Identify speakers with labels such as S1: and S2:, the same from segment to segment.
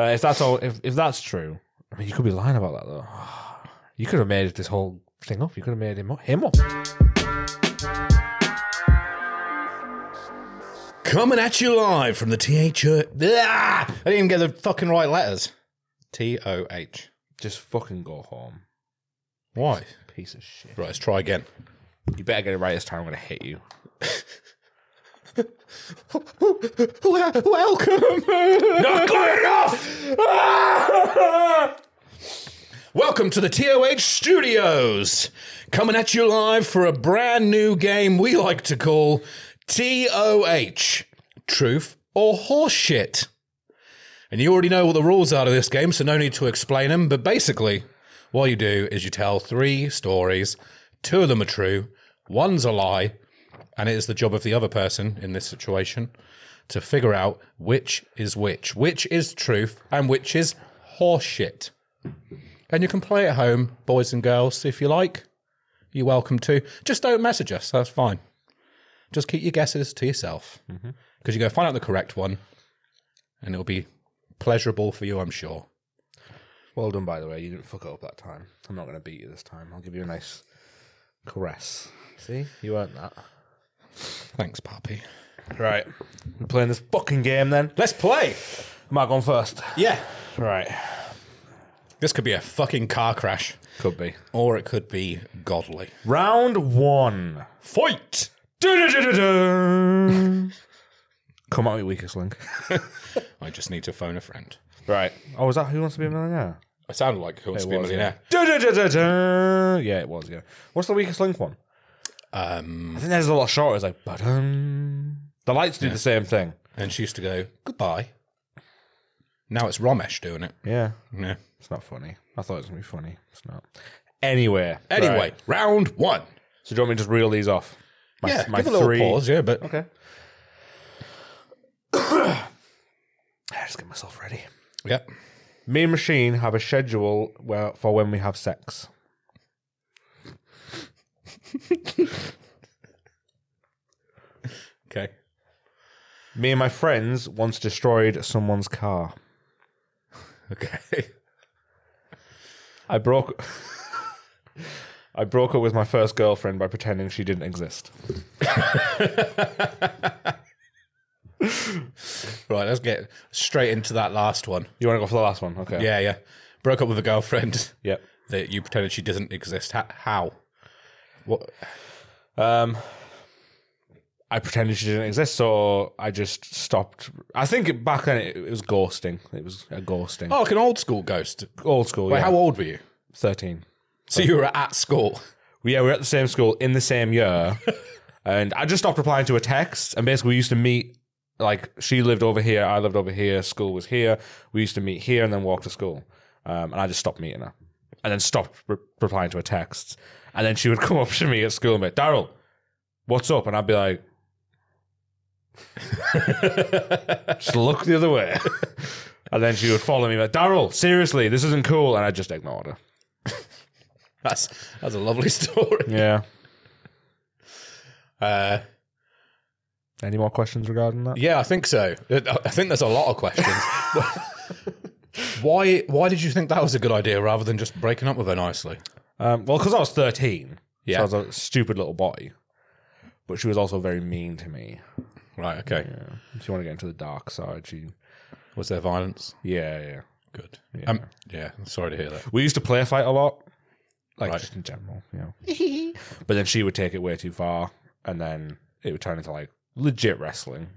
S1: Uh, if that's all, if, if that's true, I mean, you could be lying about that though. You could have made this whole thing up. You could have made him up. Him up.
S2: Coming at you live from the TH. Ah, I didn't even get the fucking right letters. T O H.
S1: Just fucking go home,
S2: Why?
S1: piece of shit.
S2: Right, let's try again.
S1: You better get it right this time. I'm gonna hit you.
S2: Welcome. Not good enough. Welcome to the TOH Studios. Coming at you live for a brand new game we like to call TOH Truth or Horseshit. And you already know what the rules are to this game, so no need to explain them. But basically, what you do is you tell three stories. Two of them are true, one's a lie, and it is the job of the other person in this situation to figure out which is which, which is truth, and which is horseshit. And you can play at home, boys and girls, if you like. You're welcome to. Just don't message us. That's fine. Just keep your guesses to yourself because
S1: Mm-hmm.
S2: you're going to find out the correct one, and it'll be pleasurable for you, I'm sure.
S1: Well done, by the way. You didn't fuck it up that time. I'm not gonna beat you this time. I'll give you a nice caress. See, you earned that.
S2: Thanks, Pappy.
S1: Right, we're playing this fucking game then.
S2: Let's play.
S1: Am I going first?
S2: Yeah,
S1: Right,
S2: this could be a fucking car crash,
S1: could be
S2: or it could be godly.
S1: round one.
S2: Fight.
S1: Come at me, weakest link.
S2: I just need to phone a friend.
S1: Right. Oh, was that Who Wants to Be a Millionaire?
S2: I sounded like Who Wants to Be a Millionaire.
S1: Da-da-da-da-da. Yeah, it was. Yeah. What's the weakest link one?
S2: Um,
S1: I think there's a lot shorter. It's like ba-dum. the lights do the same thing.
S2: and she used to go goodbye. Now it's Ramesh doing it.
S1: Yeah,
S2: Yeah.
S1: it's not funny. I thought it was gonna be funny. It's not. Anyway,
S2: Anyway,
S1: right.
S2: round one.
S1: so do you want me to just reel these off? My,
S2: yeah,
S1: my
S2: give a little
S1: three.
S2: pause. Yeah, but
S1: Okay. I just get myself ready.
S2: yeah,
S1: Me and Machine have a schedule where, for when we have sex.
S2: okay.
S1: Me and my friends once destroyed someone's car.
S2: Okay.
S1: I broke. I broke up with my first girlfriend by pretending she didn't exist.
S2: right, let's get straight into that last one.
S1: You want to go for the last one? Okay.
S2: Yeah, yeah. Broke up with a girlfriend
S1: Yep.
S2: that you pretended she doesn't exist. Ho- How? What?
S1: Um, I pretended she didn't exist, so I just stopped. I think it, back then it, it was ghosting. It was a ghosting.
S2: Oh, like an old school ghost.
S1: Old school.
S2: Wait,
S1: yeah.
S2: How old were you?
S1: Thirteen.
S2: So you were at school.
S1: Well, yeah, we were at the same school in the same year, and I just stopped replying to a text. And basically, we used to meet. Like she lived over here, I lived over here. School was here. We used to meet here and then walk to school. Um, and I just stopped meeting her, and then stopped re- replying to her texts. And then she would come up to me at school and be, "Daryl, what's up?" And I'd be like, "Just look the other way." and then she would follow me, like, "Daryl, seriously, this isn't cool." And I just ignored her.
S2: That's that's a lovely story.
S1: Yeah.
S2: Uh,
S1: Any more questions regarding that?
S2: Yeah, I think so. Uh, I think there's a lot of questions. why why did you think that was a good idea rather than just breaking up with her nicely?
S1: Um, well, because I was 13.
S2: Yeah.
S1: So I was a stupid little boy. But she was also very mean to me.
S2: Right, okay.
S1: Yeah. She wanted to get into the dark side. She,
S2: Was there violence?
S1: yeah, yeah.
S2: Good. Yeah. Um, yeah, I'm sorry to hear that.
S1: We used to play fight a lot. Like,
S2: Right.
S1: just in general, you know. but then she would take it way too far. And then it would turn into, like, legit wrestling.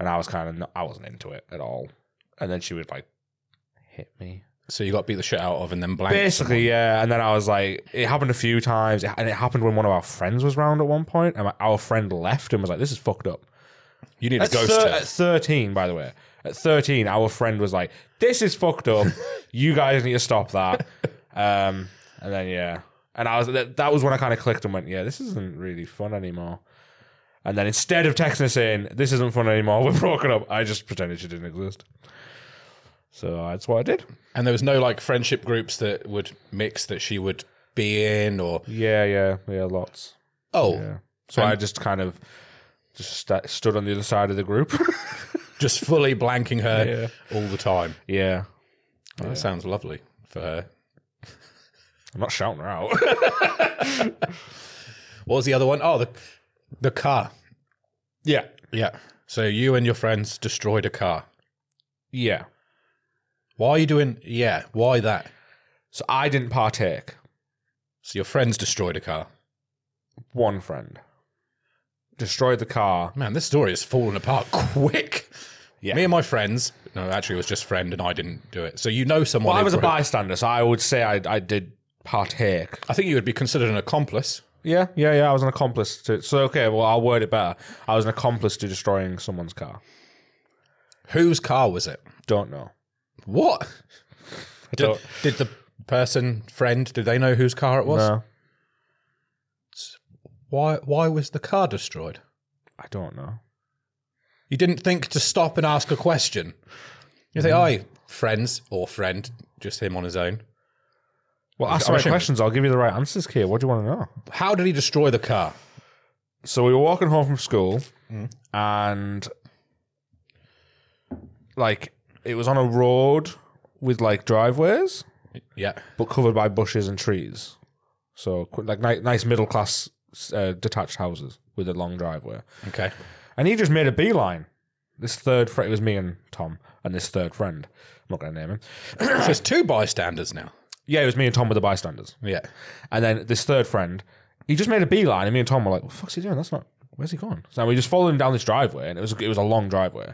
S1: And I was kind of, not, I wasn't into it at all. And then she would, like, hit me.
S2: So you got beat the shit out of and then blank.
S1: Basically, yeah. And then I was like, it happened a few times, and it happened when one of our friends was round at one point, and my- our friend left and was like, "This is fucked up."
S2: You need a
S1: At,
S2: ghost
S1: thir-
S2: town.
S1: at thirteen, by the way, at thirteen, our friend was like, "This is fucked up. you guys need to stop that." Um, and then yeah, and I was that, that was when I kind of clicked and went, "Yeah, this isn't really fun anymore." And then instead of texting her saying, "This isn't fun anymore. We're broken up," I just pretended she didn't exist. So that's what I did.
S2: And there was no like friendship groups that would mix that she would be in or
S1: Yeah, yeah, yeah, lots.
S2: oh
S1: So I just kind of just sta stood on the other side of the group.
S2: just fully blanking her all the time.
S1: Yeah.
S2: That sounds lovely for her.
S1: I'm not shouting her out.
S2: What was the other one? Oh, the the car.
S1: yeah.
S2: Yeah. So you and your friends destroyed a car.
S1: Yeah.
S2: Why are you doing? Yeah. Why that?
S1: So I didn't partake.
S2: So your friends destroyed a car.
S1: One friend destroyed the car.
S2: Man, this story is falling apart quick.
S1: Yeah.
S2: Me and my friends. No, actually, it was just friend, and I didn't do it. So you know someone.
S1: Well, I
S2: who
S1: was a
S2: probably-
S1: bystander, so I would say I, I did partake.
S2: I think you would be considered an accomplice.
S1: Yeah, yeah, yeah. I was an accomplice to. So okay, well, I'll word it better. I was an accomplice to destroying someone's car.
S2: Whose car was it?
S1: Don't know.
S2: What? Did,
S1: don't-
S2: did the person friend? Did they know whose car it was?
S1: No,
S2: Why? Why was the car destroyed?
S1: I don't know.
S2: You didn't think to stop and ask a question. You say,
S1: Mm.
S2: "I friends or friend, just him on his own."
S1: Well, ask the
S2: I'm
S1: right
S2: ashamed.
S1: questions. I'll give you the right answers, Kia. What do you want to know?
S2: How did he destroy the car?
S1: So we were walking home from school, and like it was on a road with like driveways,
S2: Yeah,
S1: but covered by bushes and trees. So qu- like ni- nice middle class uh, detached houses with a long driveway.
S2: okay.
S1: And he just made a beeline. This third friend, it was me and Tom, and this third friend. I'm not going to name him.
S2: so there's two bystanders now.
S1: Yeah, it was me and Tom with the bystanders.
S2: Yeah,
S1: And then this third friend, he just made a beeline, and me and Tom were like, "What the fuck's he doing? That's not. Where's he gone?" So we just followed him down this driveway, and it was it was a long driveway,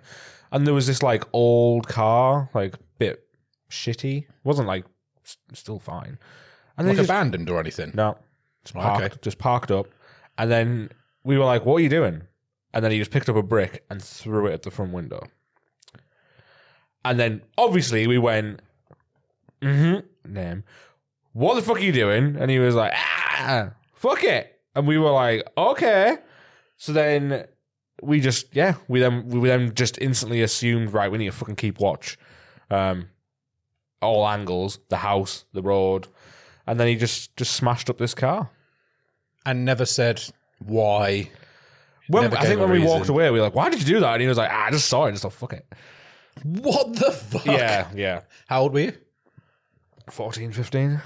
S1: and there was this like old car, like bit shitty, wasn't like s- still fine, and then
S2: like
S1: he just,
S2: abandoned or anything.
S1: no, just
S2: Oh, okay.
S1: parked, just parked up, and then we were like, "What are you doing?" And then he just picked up a brick and threw it at the front window, and then obviously we went, "Mm-hmm, name, what the fuck are you doing?" And he was like, "Ah, fuck it," and we were like, "Okay," so then. We just yeah we then we then just instantly assumed right we need to fucking keep watch, um, all angles the house the road and then he just just smashed up this car.
S2: and never said why.
S1: When,
S2: Never
S1: I
S2: gave
S1: think
S2: a
S1: when we
S2: reason.
S1: walked away, we were like, "Why did you do that?" And he was like, ah, "I just saw it, just thought, fuck it."
S2: What the fuck?
S1: Yeah, yeah.
S2: How old were you?
S1: 14, 15.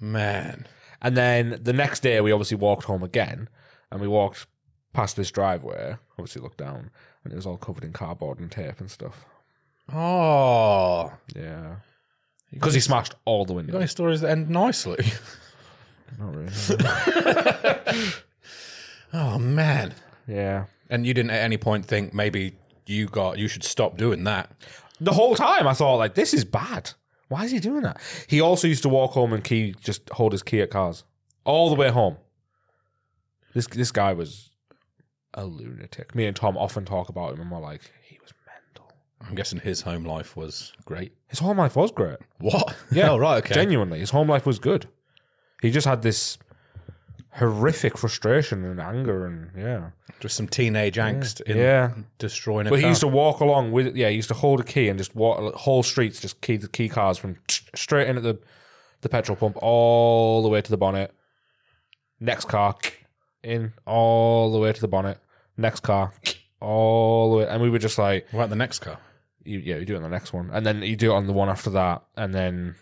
S2: Man.
S1: And then the next day, we obviously walked home again, and we walked past this driveway. Obviously, looked down, and it was all covered in cardboard and tape and stuff.
S2: Oh.
S1: Yeah, because he smashed all the
S2: You got any
S1: windows.
S2: stories that end nicely?
S1: Not really.
S2: Oh man.
S1: yeah.
S2: And you didn't at any point think maybe you got you should stop doing that.
S1: The whole time, I thought like, "This is bad. Why is he doing that?" He also used to walk home and key just hold his key at cars all the way home. This this guy was a lunatic. Me and Tom often talk about him, and we're like, he was mental.
S2: I'm guessing his home life was great.
S1: His home life was great.
S2: What? Yeah. oh, right. Okay.
S1: Genuinely, his home life was good. He just had this horrific frustration and anger, and yeah,
S2: Just some teenage angst in
S1: yeah.
S2: destroying a
S1: But he
S2: car.
S1: used to walk along with, yeah, he used to hold a key and just walk whole streets, just key the key cars from straight in at the the petrol pump all the way to the bonnet. Next car in all the way to the bonnet. Next car all the way, and we were just like,
S2: What about the next car?
S1: you, yeah, you do it on the next one, and then you do it on the one after that, and then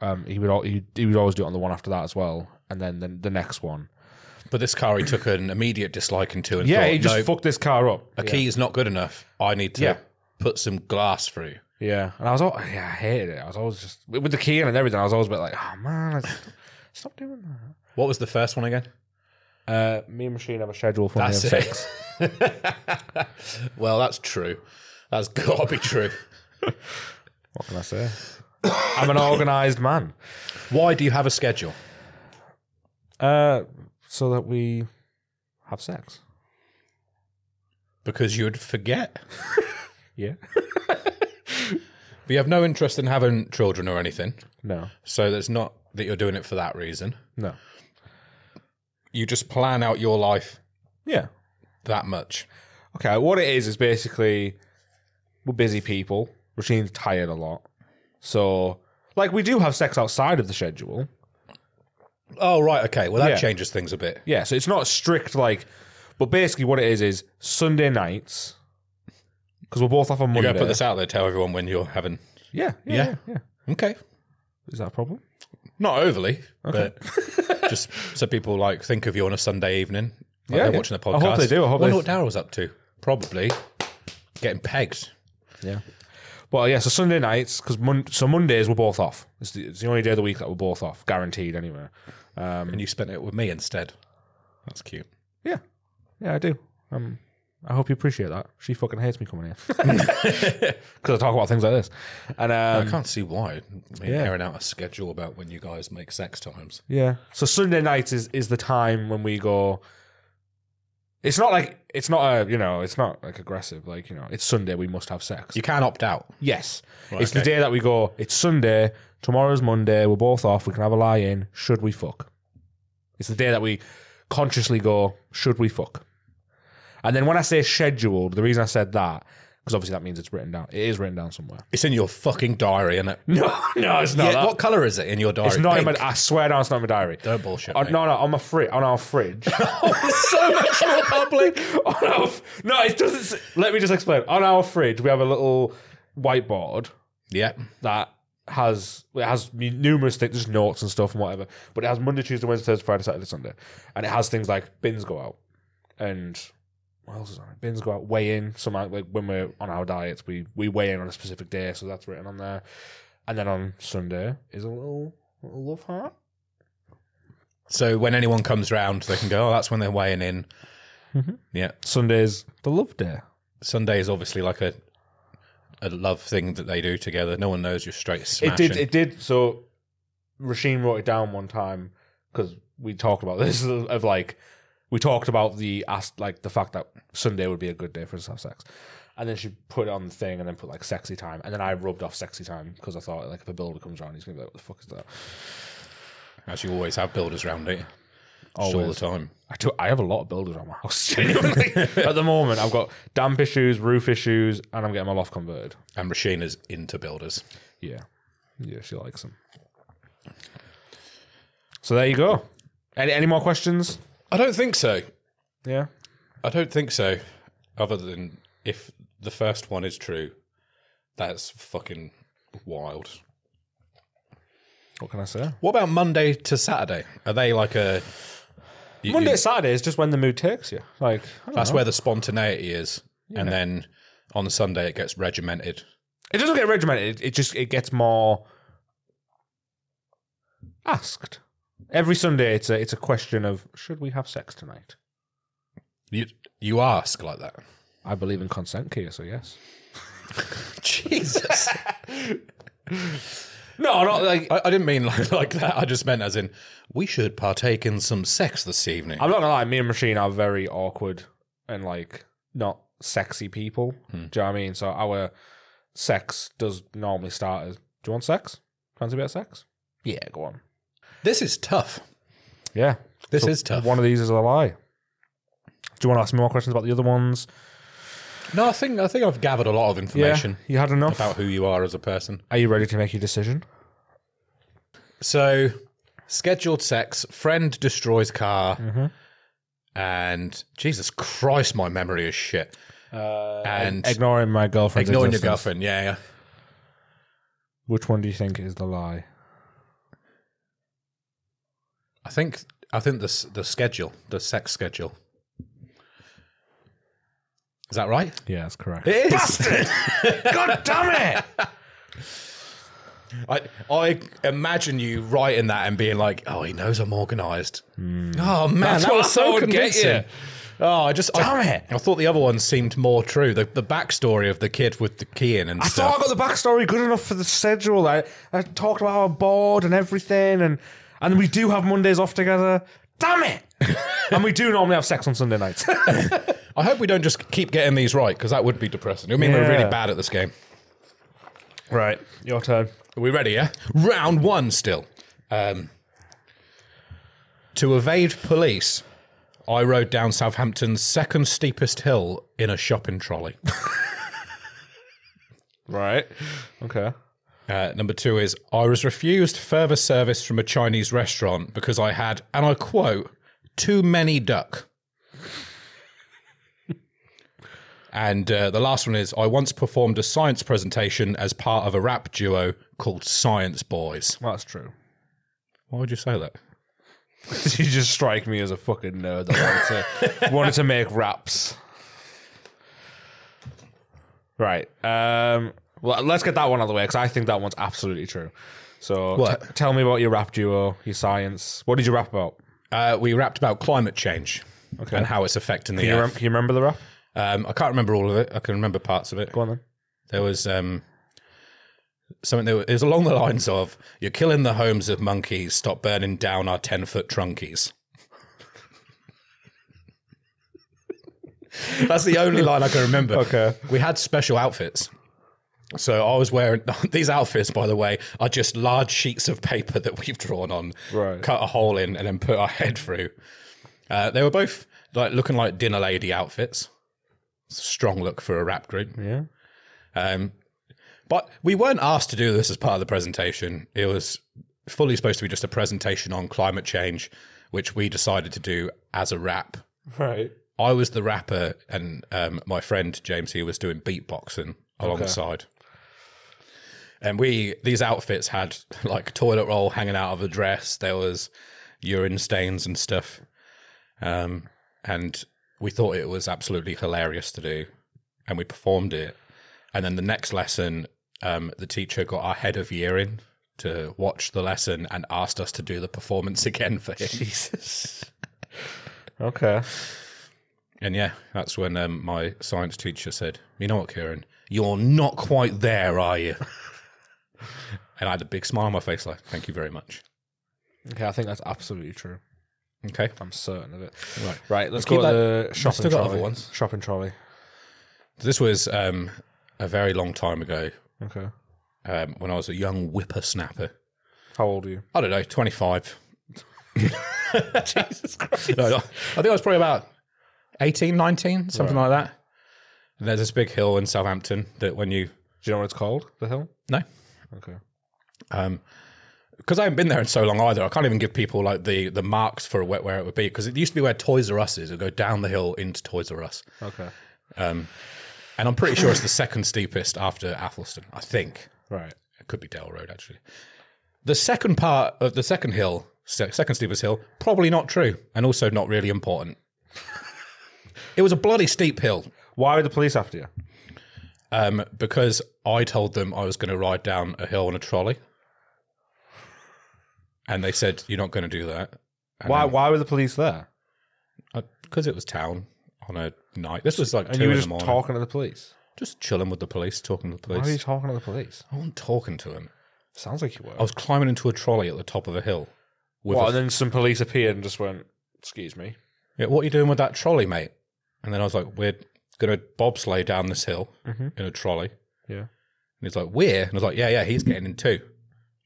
S1: um, he would al- he, he would always do it on the one after that as well, and then the, the next one.
S2: But this car he took an immediate dislike into and
S1: Yeah,
S2: thought,
S1: he just
S2: no,
S1: fucked this car up.
S2: a key is not good enough. I need to
S1: Yeah.
S2: put some glass through.
S1: Yeah, and I was all yeah, I hated it. I was always just with with the key in and everything. I was always a bit like, oh man, I stop, stop doing that.
S2: What was the first one again?
S1: Uh, me and Machine have a schedule for
S2: That's
S1: me and six.
S2: it. well, that's true. That's gotta be true.
S1: What can I say? I'm an organized man.
S2: Why do you have a schedule?
S1: Uh, so that we have sex.
S2: Because you'd forget.
S1: Yeah.
S2: But you have no interest in having children or anything.
S1: No.
S2: So that's not that you're doing it for that reason.
S1: No.
S2: You just plan out your life
S1: Yeah.
S2: that much.
S1: Okay. What it is is basically we're busy people. Machine's tired a lot, so like we do have sex outside of the schedule.
S2: Oh right, okay. Well that
S1: Yeah.
S2: changes things a bit.
S1: Yeah, so it's not strict like, but basically what it is is Sunday nights because we're both off on
S2: We're
S1: Monday.
S2: going to put this out there, tell everyone when you're having.
S1: yeah, yeah,
S2: Yeah.
S1: yeah, yeah.
S2: Okay.
S1: Is that a problem?
S2: Not overly, but just so people like think of you on a Sunday evening. Like
S1: Yeah,
S2: they're
S1: yeah.
S2: watching the
S1: I
S2: podcast.
S1: hope they do. I hope
S2: wonder
S1: they-
S2: what Daryl was up to. Probably getting pegged.
S1: Yeah. Well, uh, yeah. So Sunday nights, because Mon- so Mondays we're both off. It's the, it's the only day of the week that we're both off, guaranteed. Anyway. Um,
S2: And you spent it with me instead. That's cute.
S1: yeah, yeah, I do. Um, I hope you appreciate that. She fucking hates me coming here because I talk about things like this. And um,
S2: I can't see why. I mean,
S1: Yeah.
S2: airing out a schedule about when you guys make sex times.
S1: Yeah. So Sunday night is is the time when we go. It's not like it's not a you know it's not like aggressive like you know it's Sunday we must have sex.
S2: You can opt out.
S1: yes,
S2: Right,
S1: it's the
S2: okay.
S1: day that we go. It's Sunday. Tomorrow's Monday. We're both off. We can have a lie in. Should we fuck? It's the day that we consciously go. Should we fuck? And then when I say scheduled, the reason I said that because obviously that means it's written down. It is written down somewhere.
S2: It's in your fucking diary, isn't it?
S1: No, no, it's not.
S2: Yeah,
S1: that.
S2: what colour is it in your diary?
S1: it's not in my,
S2: Pink.
S1: I swear down, it's not in my diary.
S2: Don't bullshit.
S1: Oh,
S2: mate. Oh,
S1: no, no, on my fridge, on our fridge.
S2: so much more public.
S1: on our f- no, it doesn't. s- Let me just explain. On our fridge, we have a little whiteboard
S2: Yeah.
S1: that has it has mu- numerous things, just notes and stuff and whatever. But it has Monday, Tuesday, Wednesday, Thursday, Friday, Saturday, Sunday, and it has things like bins go out and what else is on it? Bins go out, weigh in. Some like like when we're on our diets, we we weigh in on a specific day, so that's written on there. And then on Sunday is a little, little love heart.
S2: So when anyone comes round, they can go, oh, that's when they're weighing in. Yeah.
S1: Sunday's the love day.
S2: Sunday is obviously like a a love thing that they do together. No one knows you're straight smashing.
S1: It did. It did. So Rasheen wrote it down one time because we talked about this of like we talked about the as- like the fact that Sunday would be a good day for us to have sex, and then she put it on the thing and then put like sexy time, and then I rubbed off sexy time because I thought like if a builder comes around, he's gonna be like, what the fuck is that?
S2: As you always have builders round, don't you? Just all the
S1: Always.
S2: time.
S1: I do. I have a lot of builders on my house. genuinely. At the moment, I've got damp issues, roof issues, and I'm getting my loft converted.
S2: And Rasheen is into builders.
S1: Yeah. Yeah, she likes them. So there you go. Any any more questions?
S2: I don't think so.
S1: Yeah.
S2: I don't think so. Other than if the first one is true, that's fucking wild.
S1: What can I say?
S2: What about Monday to Saturday? Are they like a you-
S1: Monday, Saturday is just when the mood takes you. Like I don't
S2: That's
S1: know.
S2: where the spontaneity is, and then on Sunday it gets regimented.
S1: it doesn't get regimented. It, it just it gets more asked. Every Sunday, it's a it's a question of should we have sex tonight?
S2: You you ask like that.
S1: I believe in consent, Kia. So yes.
S2: Jesus,
S1: No, not like
S2: I, I didn't mean like, like that. I just meant as in we should partake in some sex this evening.
S1: I'm not gonna lie, me and Machine are very awkward and like not sexy people. Do you know what I mean? So our sex does normally start as do you want sex? Fancy a bit of sex? Yeah, go on.
S2: This is tough.
S1: Yeah.
S2: This is tough.
S1: One of these is a lie. Do you want to ask me more questions about the other ones?
S2: no, I think I think I've gathered a lot of information
S1: Yeah, you had enough.
S2: about who you are as a person.
S1: Are you ready to make your decision?
S2: So scheduled sex, friend destroys car,
S1: Mm-hmm.
S2: and Jesus Christ, my memory is shit. Uh, and
S1: Ignoring my girlfriend's
S2: ignoring your
S1: existence.
S2: girlfriend, yeah, yeah.
S1: Which one do you think is the lie?
S2: I think I think the s- the schedule, the sex schedule. Is that right?
S1: Yeah, that's correct.
S2: is.
S1: God damn it!
S2: I I imagine you writing that and being like, "Oh, he knows I'm organised." Oh man,
S1: That's
S2: that
S1: what
S2: was so
S1: I would get you.
S2: convincing. Oh, I just I,
S1: Damn it.
S2: I thought the other one seemed more true. The the backstory of the kid with the key in and
S1: I
S2: stuff.
S1: thought I got the backstory good enough for the schedule. I, I talked about our board and everything, and and we do have Mondays off together. Damn it! and we do normally have sex on Sunday nights.
S2: I hope we don't just keep getting these right because that would be depressing. I mean, we're
S1: Yeah.
S2: really bad at this game.
S1: right, your turn.
S2: Are we ready, yeah? Round one still. Um, to evade police, I rode down Southampton's second steepest hill in a shopping trolley.
S1: Right. Okay.
S2: Uh, number two is I was refused further service from a Chinese restaurant because I had, and I quote, too many duck. And uh, the last one is I once performed a science presentation as part of a rap duo called Science Boys.
S1: Well, that's true.
S2: Why would you say that?
S1: you just strike me as a fucking nerd that wanted to, wanted to make raps. Right. Um, well, let's get that one out of the way because I think that one's absolutely true. So
S2: What?
S1: t- tell me about your rap duo, your science. What did you rap about?
S2: Uh, we rapped about climate change and how it's affecting the
S1: Can you,
S2: earth.
S1: rem- can you remember the rap?
S2: Um, I can't remember all of it. I can remember parts of it.
S1: Go on then.
S2: There was um, something that was, it was along the lines of "You're killing the homes of monkeys. Stop burning down our ten foot trunkies." That's the only line I can remember.
S1: Okay.
S2: we had special outfits. So I was wearing these outfits, by the way, are just large sheets of paper that we've drawn on,
S1: Right.
S2: cut a hole in, and then put our head through. Uh, they were both like looking like dinner lady outfits. It's a strong look for a rap group.
S1: Yeah.
S2: Um, but we weren't asked to do this as part of the presentation. It was fully supposed to be just a presentation on climate change, which we decided to do as a rap.
S1: Right.
S2: I was the rapper, and um, my friend James here was doing beatboxing alongside. And we these outfits had like toilet roll hanging out of a dress. There was urine stains and stuff, um, and we thought it was absolutely hilarious to do, and we performed it. And then the next lesson, um, the teacher got our head of year in to watch the lesson and asked us to do the performance again for him.
S1: Jesus. okay.
S2: And yeah, that's when um, my science teacher said, You know what, Kieran? You're not quite there, are you? and I had a big smile on my face, like, Thank you very much.
S1: Okay, I think that's absolutely true.
S2: Okay.
S1: I'm certain of it.
S2: Right.
S1: Right, let's
S2: Keep
S1: go to the shopping
S2: still got
S1: trolley.
S2: other ones.
S1: Shopping trolley.
S2: This was um, a very long time ago
S1: Okay.
S2: um, when I was a young whippersnapper.
S1: How old are you?
S2: I don't know, 25. Jesus Christ. I think I was probably about 18, 19, something like that. And there's this big hill in Southampton that when you.
S1: Do you know what it's called? The hill?
S2: No?
S1: Okay.
S2: because I haven't been there in so long either. I can't even give people like the the marks for where, where it would be because it used to be where Toys R Us is. It'd go down the hill into Toys R Us,
S1: Okay.
S2: and I'm pretty sure it's the second steepest after Athelstan. I think
S1: Right.
S2: it could be Dale Road actually. The second part of the second hill, se- second steepest hill, probably not true, and also not really important. it was a bloody steep hill
S1: Why were the police after you?
S2: um, because I told them I was going to ride down a hill on a trolley, and they said you're not going to do that.
S1: Why? Why were the police there?
S2: because Uh, it was town on a night. This was like
S1: And
S2: two
S1: you
S2: in
S1: were
S2: the
S1: just
S2: morning.
S1: talking to the police.
S2: just chilling with the police, talking to the
S1: Why were you
S2: police.
S1: talking to the police?
S2: I wasn't talking to him.
S1: Sounds like you were.
S2: I was climbing into a trolley at the top of a hill. Oh, With
S1: Well,
S2: what,
S1: and then some police appeared and just went, "Excuse me."
S2: yeah, what are you doing with that trolley, mate? And then I was like, we're going to bobsleigh down this hill
S1: Mhm.
S2: in a trolley.
S1: Yeah.
S2: And he's like, we're? And I was like, yeah, yeah, he's getting in too.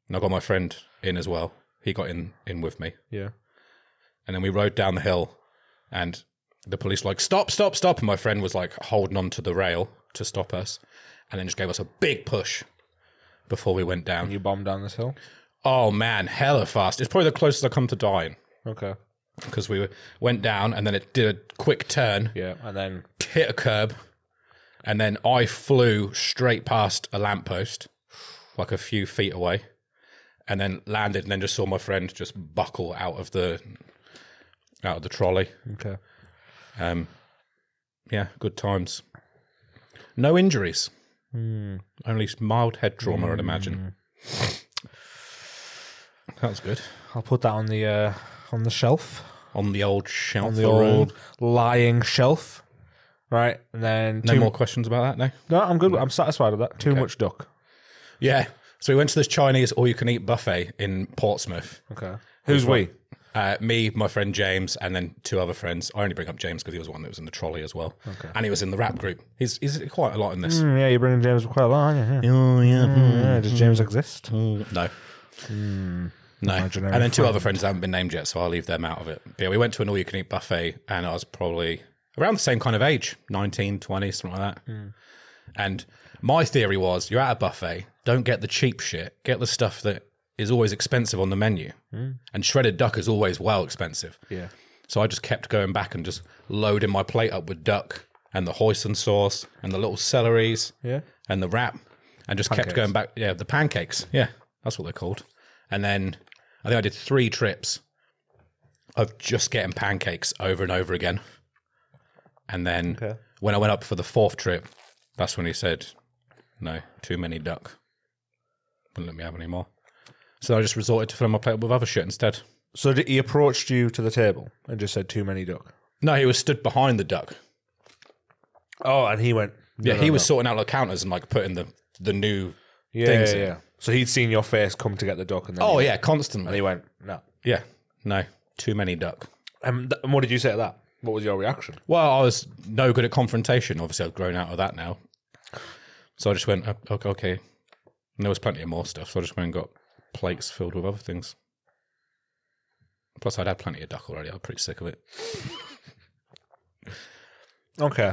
S2: And I got my friend in as well. He got in, in with me.
S1: Yeah.
S2: And then we rode down the hill, and the police were like, stop, stop, stop. And my friend was like holding on to the rail to stop us, and then just gave us a big push before we went down.
S1: And you bombed down this hill.
S2: Oh man, hella fast. It's probably the closest I come to dying
S1: Okay.
S2: because we were- went down, and then it did a quick turn,
S1: Yeah. And then
S2: hit a curb, and then I flew straight past a lamppost, like a few feet away, and then landed, and then just saw my friend just buckle out of the out of the trolley.
S1: okay.
S2: Um, yeah, good times. No injuries.
S1: Hmm.
S2: Only mild head trauma, I'd imagine. that was good.
S1: I'll put that on the uh, on the shelf,
S2: On the old shelf.
S1: on the old lying shelf. Right. And then
S2: No
S1: too
S2: more questions about that, no?
S1: No, I'm good. I'm satisfied with that. Too much duck.
S2: Yeah. So we went to this Chinese all you can eat buffet in Portsmouth.
S1: Okay. Who's we?
S2: Uh, me, my friend James, and then two other friends. I only bring up James because he was one that was in the trolley as well. Okay. And he was in the rap group. He's, he's quite a lot in this.
S1: Mm, yeah, you're bringing James quite a lot. aren't you? Yeah.
S2: Oh,
S1: Mm, yeah. Does James exist?
S2: No.
S1: Hmm.
S2: No. And
S1: Imaginary
S2: then two other friends that haven't been named yet, so I'll leave them out of it. But yeah, we went to an all you can eat buffet, and I was probably around the same kind of age 19, 20, something like that.
S1: Hmm.
S2: And my theory was you're at a buffet, don't get the cheap shit, get the stuff that is always expensive on the menu. And shredded duck is always well expensive.
S1: Hmm. Yeah.
S2: So I just kept going back and just loading my plate up with duck and the hoisin sauce and the little celeries
S1: Yeah.
S2: and the wrap and just kept
S1: Pancakes.
S2: going back. Yeah, the pancakes. Yeah, that's what they're called. And then I think I did three trips of just getting pancakes over and over again. And then when I went up for the fourth trip, that's when he said, no, too many duck. Wouldn't let me have any more. So I just resorted to filling my plate up with other shit instead.
S1: So did he approached you to the table and just said, "Too many duck."
S2: No, he was stood behind the duck.
S1: Oh, and he went.
S2: Yeah, he was sorting out the counters and like putting the the new.
S1: Yeah,
S2: Things
S1: yeah,
S2: in.
S1: yeah. So he'd seen your face come to get the duck, and then
S2: Oh
S1: he,
S2: yeah, constantly.
S1: and he went, "No."
S2: Yeah, no, too many duck.
S1: Um, th- and what did you say to that? What was your reaction?
S2: Well, I was no good at confrontation. Obviously, I've grown out of that now. So I just went "Oh, okay. okay. And there was plenty of more stuff, so I just went and got plates filled with other things. Plus, I'd had plenty of duck already. I was pretty sick of it.
S1: Okay.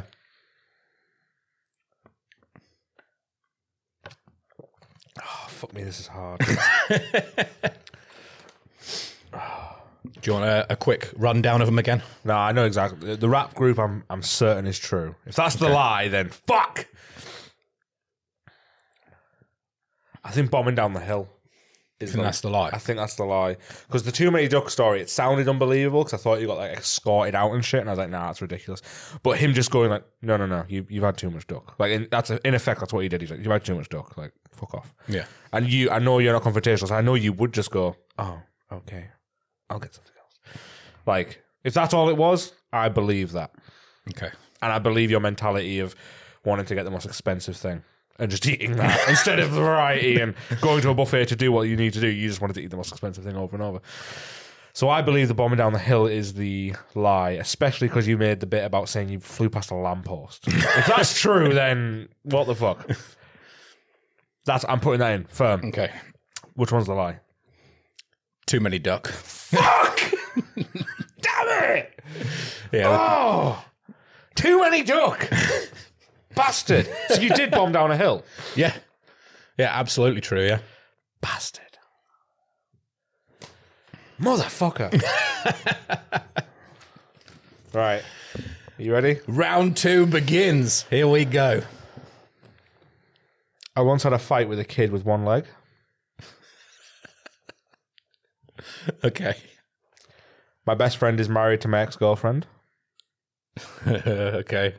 S1: Oh, fuck me, this is hard.
S2: Do you want a, a quick rundown of them again?
S1: no, I know exactly. The- The rap group, I'm I'm certain is true. If that's the lie, then fuck. I think bombing down the hill. Is
S2: And that's the lie.
S1: I think that's the lie. Because the Too Many Duck story, it sounded unbelievable because I thought you got like escorted out and shit. And I was like, nah, that's ridiculous. But him just going like, no, no, no, you, you've had too much duck. Like, in, that's in effect, that's what he did. He's like, you've had too much duck. Like, fuck off.
S2: Yeah.
S1: And you, I know you're not confrontational, so I know you would just go, oh, okay, I'll get something else. Like, if that's all it was, I believe that.
S2: Okay.
S1: And I believe your mentality of wanting to get the most expensive thing and just eating that instead of variety and going to a buffet to do what you need to do. You just wanted to eat the most expensive thing over and over. So I believe the bombing down the hill is the lie, especially because you made the bit about saying you flew past a lamppost. if that's true, then what the fuck? That's I'm putting that in firm.
S2: Okay.
S1: Which one's the lie?
S2: Too many duck.
S1: Damn it!
S2: Yeah.
S1: Oh, too many duck, bastard. So you did bomb down a hill,
S2: Yeah. Yeah, absolutely true. Yeah.
S1: bastard, motherfucker. right, you ready?
S2: Round two begins. Here we go.
S1: I once had a fight with a kid with one leg.
S2: Okay.
S1: My best friend is married to my ex-girlfriend.
S2: okay.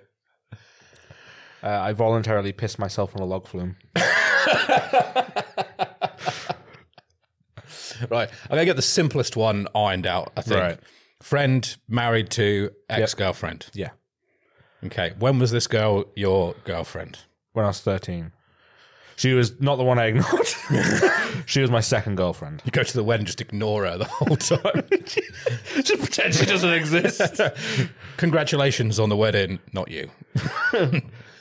S1: Uh, I voluntarily pissed myself on a log flume.
S2: Right. I'm going to get the simplest one ironed out, I think.
S1: Right.
S2: Friend married to ex girlfriend.
S1: Yeah,
S2: Okay. When was this girl your girlfriend?
S1: when I was thirteen. She was not the one I ignored. she was my second girlfriend.
S2: You go to the wedding, just ignore her the whole time.
S1: She potentially doesn't exist.
S2: Congratulations on the wedding. Not you.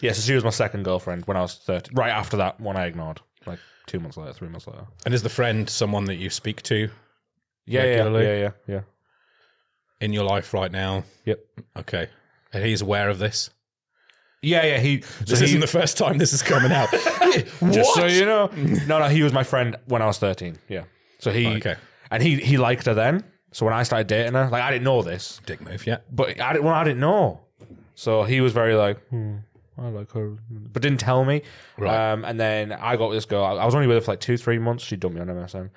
S1: Yeah, so she was my second girlfriend when I was 30. Right after that one I ignored, like two months later, three months later.
S2: And is the friend someone that you speak to
S1: Yeah,
S2: Regularly?
S1: yeah, yeah, yeah, yeah.
S2: in your life right now?
S1: Yep.
S2: Okay. And he's aware of this.
S1: Yeah, yeah, he... So
S2: This
S1: he
S2: isn't the first time this is coming out.
S1: just so you know. No, no, he was my friend when I was 13, yeah. So he...
S2: okay.
S1: And he, he liked her then. So when I started dating her, like, I didn't know this,
S2: Dick move, yeah.
S1: but I didn't, well, I didn't know. So he was very like, hmm, I like her, but didn't tell me.
S2: Right.
S1: Um, and then I got with this girl. I I was only with her for like two, three months. She dumped me on MSN.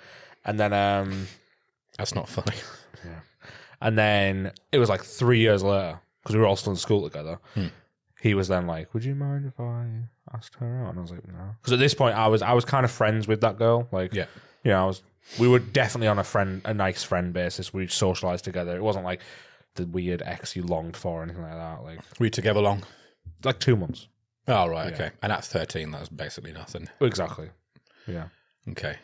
S1: And then... um.
S2: That's not funny.
S1: And then it was like three years later, because we were all still in school together.
S2: Hmm.
S1: He was then like, "Would you mind if I asked her out?" And I was like, "No," because at this point, I was I was kind of friends with that girl. Like,
S2: Yeah.
S1: you know, I was. We were definitely on a friend, a nice friend basis. We socialized together. It wasn't like the weird ex you longed for or anything like that. Like,
S2: Were you together long?
S1: like two months
S2: Oh, right, okay. And at 13, that was basically nothing.
S1: exactly. Yeah.
S2: Okay.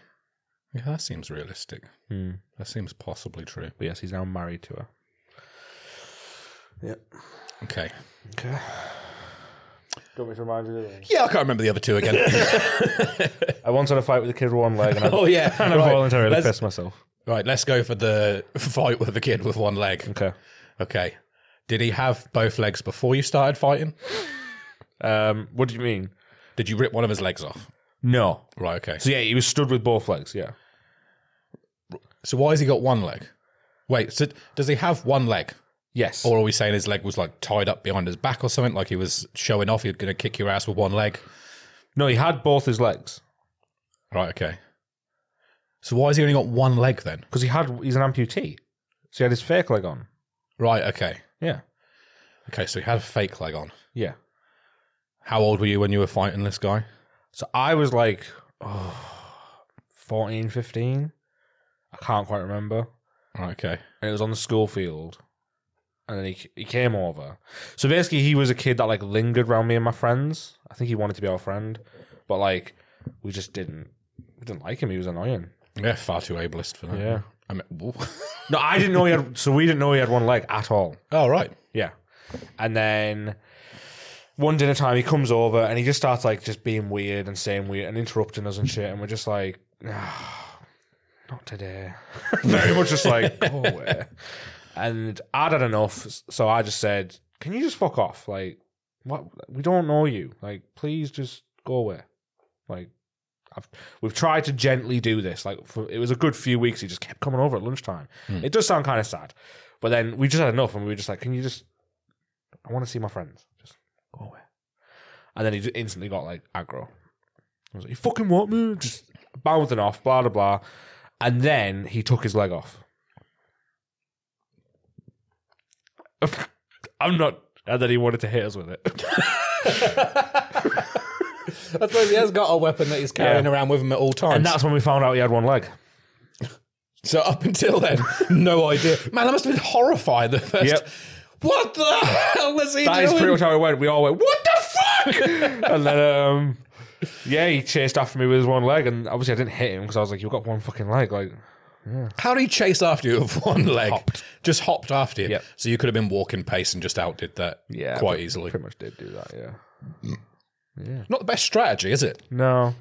S2: Yeah, that seems realistic.
S1: Hmm.
S2: That seems possibly true.
S1: But yes, he's now married to her.
S2: Okay.
S1: Okay. Do you want me to remind you? Of
S2: Yeah, I can't remember the other two again.
S1: I once had a fight with a kid with one leg, and I,
S2: oh, yeah.
S1: and I
S2: right.
S1: voluntarily
S2: let's,
S1: pissed myself.
S2: right, let's go for the fight with the kid with one leg.
S1: Okay.
S2: Okay. Did he have both legs before you started fighting?
S1: Um, what do you mean?
S2: Did you rip one of his legs off?
S1: No.
S2: Right, okay.
S1: So yeah, he was stood with both legs. Yeah.
S2: So why has he got one leg? Wait, so does he have one leg?
S1: Yes.
S2: Or are we saying his leg was like tied up behind his back or something? Like he was showing off, he was going to kick your ass with one leg.
S1: no, he had both his legs
S2: Right, okay. So why has he only got one leg then?
S1: because he had he's an amputee, so he had his fake leg on.
S2: Right, okay.
S1: Yeah.
S2: Okay, so he had a fake leg on.
S1: Yeah.
S2: How old were you when you were fighting this guy?
S1: So I was like, oh, 14, 15. I can't quite remember.
S2: Right, okay.
S1: And it was on the school field. And then he, he came over. So basically, he was a kid that like lingered around me and my friends. I think he wanted to be our friend, but like we just didn't we didn't like him. He was annoying.
S2: Yeah, far too ableist for that.
S1: Yeah.
S2: I mean,
S1: No, I didn't know he had. So we didn't know he had one leg at all.
S2: oh, right.
S1: Yeah. And then one dinner time, he comes over and he just starts like just being weird and saying weird and interrupting us and shit. And we're just like, "Ah, not today. Very much just like, go away. And I'd had enough. So I just said, can you just fuck off? Like, what? We don't know you. Like, please just go away. Like, I've, we've tried to gently do this. Like, for, it was a good few weeks. He just kept coming over at lunchtime. It does sound kind of sad, but then we just had enough, and we were just like, "Can you just? I want to see my friends. Just go away." And then he just instantly got like aggro. I was like, "You fucking what, man?" Just bouncing off, blah blah blah. And then he took his leg off. I'm not. And then he wanted to hit us with it.
S2: I suppose he has got a weapon that he's carrying around with him at all times.
S1: And that's when we found out he had one leg.
S2: so up until then, no idea. Man, I must have been horrified the first.
S1: Yep.
S2: What the hell was he
S1: That
S2: doing?
S1: is pretty much how it went. We all went, "What the fuck?" and then, um, yeah, he chased after me with his one leg, and obviously I didn't hit him because I was like, "You've got one fucking leg." Like,
S2: How did he chase after you with one leg?
S1: Hopped.
S2: Just hopped after you.
S1: Yep.
S2: So you could have been walking pace and just outdid that
S1: Yeah,
S2: quite
S1: but-
S2: easily.
S1: pretty much did do that. Yeah.
S2: Not the best strategy, is it?
S1: No,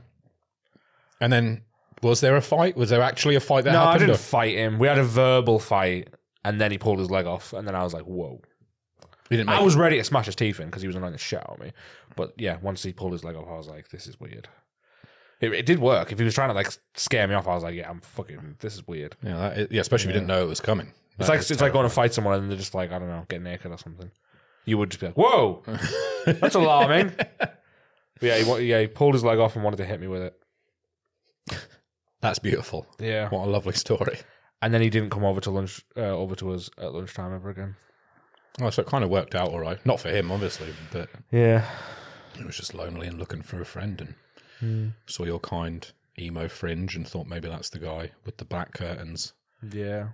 S2: And then was there a fight? Was there actually a fight that
S1: no, I
S2: happened?
S1: didn't fight him. We had a verbal fight, and then he pulled his leg off, and then I was like, "Whoa!"
S2: You didn't make
S1: I was ready to smash his teeth in because he was annoying the shit out of me. But yeah, once he pulled his leg off, I was like, "This is weird." It, it did work. If he was trying to like scare me off, I was like, "Yeah, I'm fucking. This is weird."
S2: Yeah, that, yeah especially if you didn't know it was coming.
S1: It's like it's like going to fight someone and they're just like I don't know, get naked or something. You would just be like, "Whoa, that's alarming." but yeah, he, wa- yeah, he pulled his leg off and wanted to hit me with it.
S2: That's beautiful.
S1: Yeah,
S2: What a lovely story.
S1: and then he didn't come over to lunch, uh, over to us at lunchtime ever again.
S2: Oh, so it kind of worked out all right. Not for him, obviously, but
S1: Yeah,
S2: he was just lonely and looking for a friend and
S1: Hmm.
S2: saw your kind emo fringe and thought maybe that's the guy with the black curtains.
S1: yeah,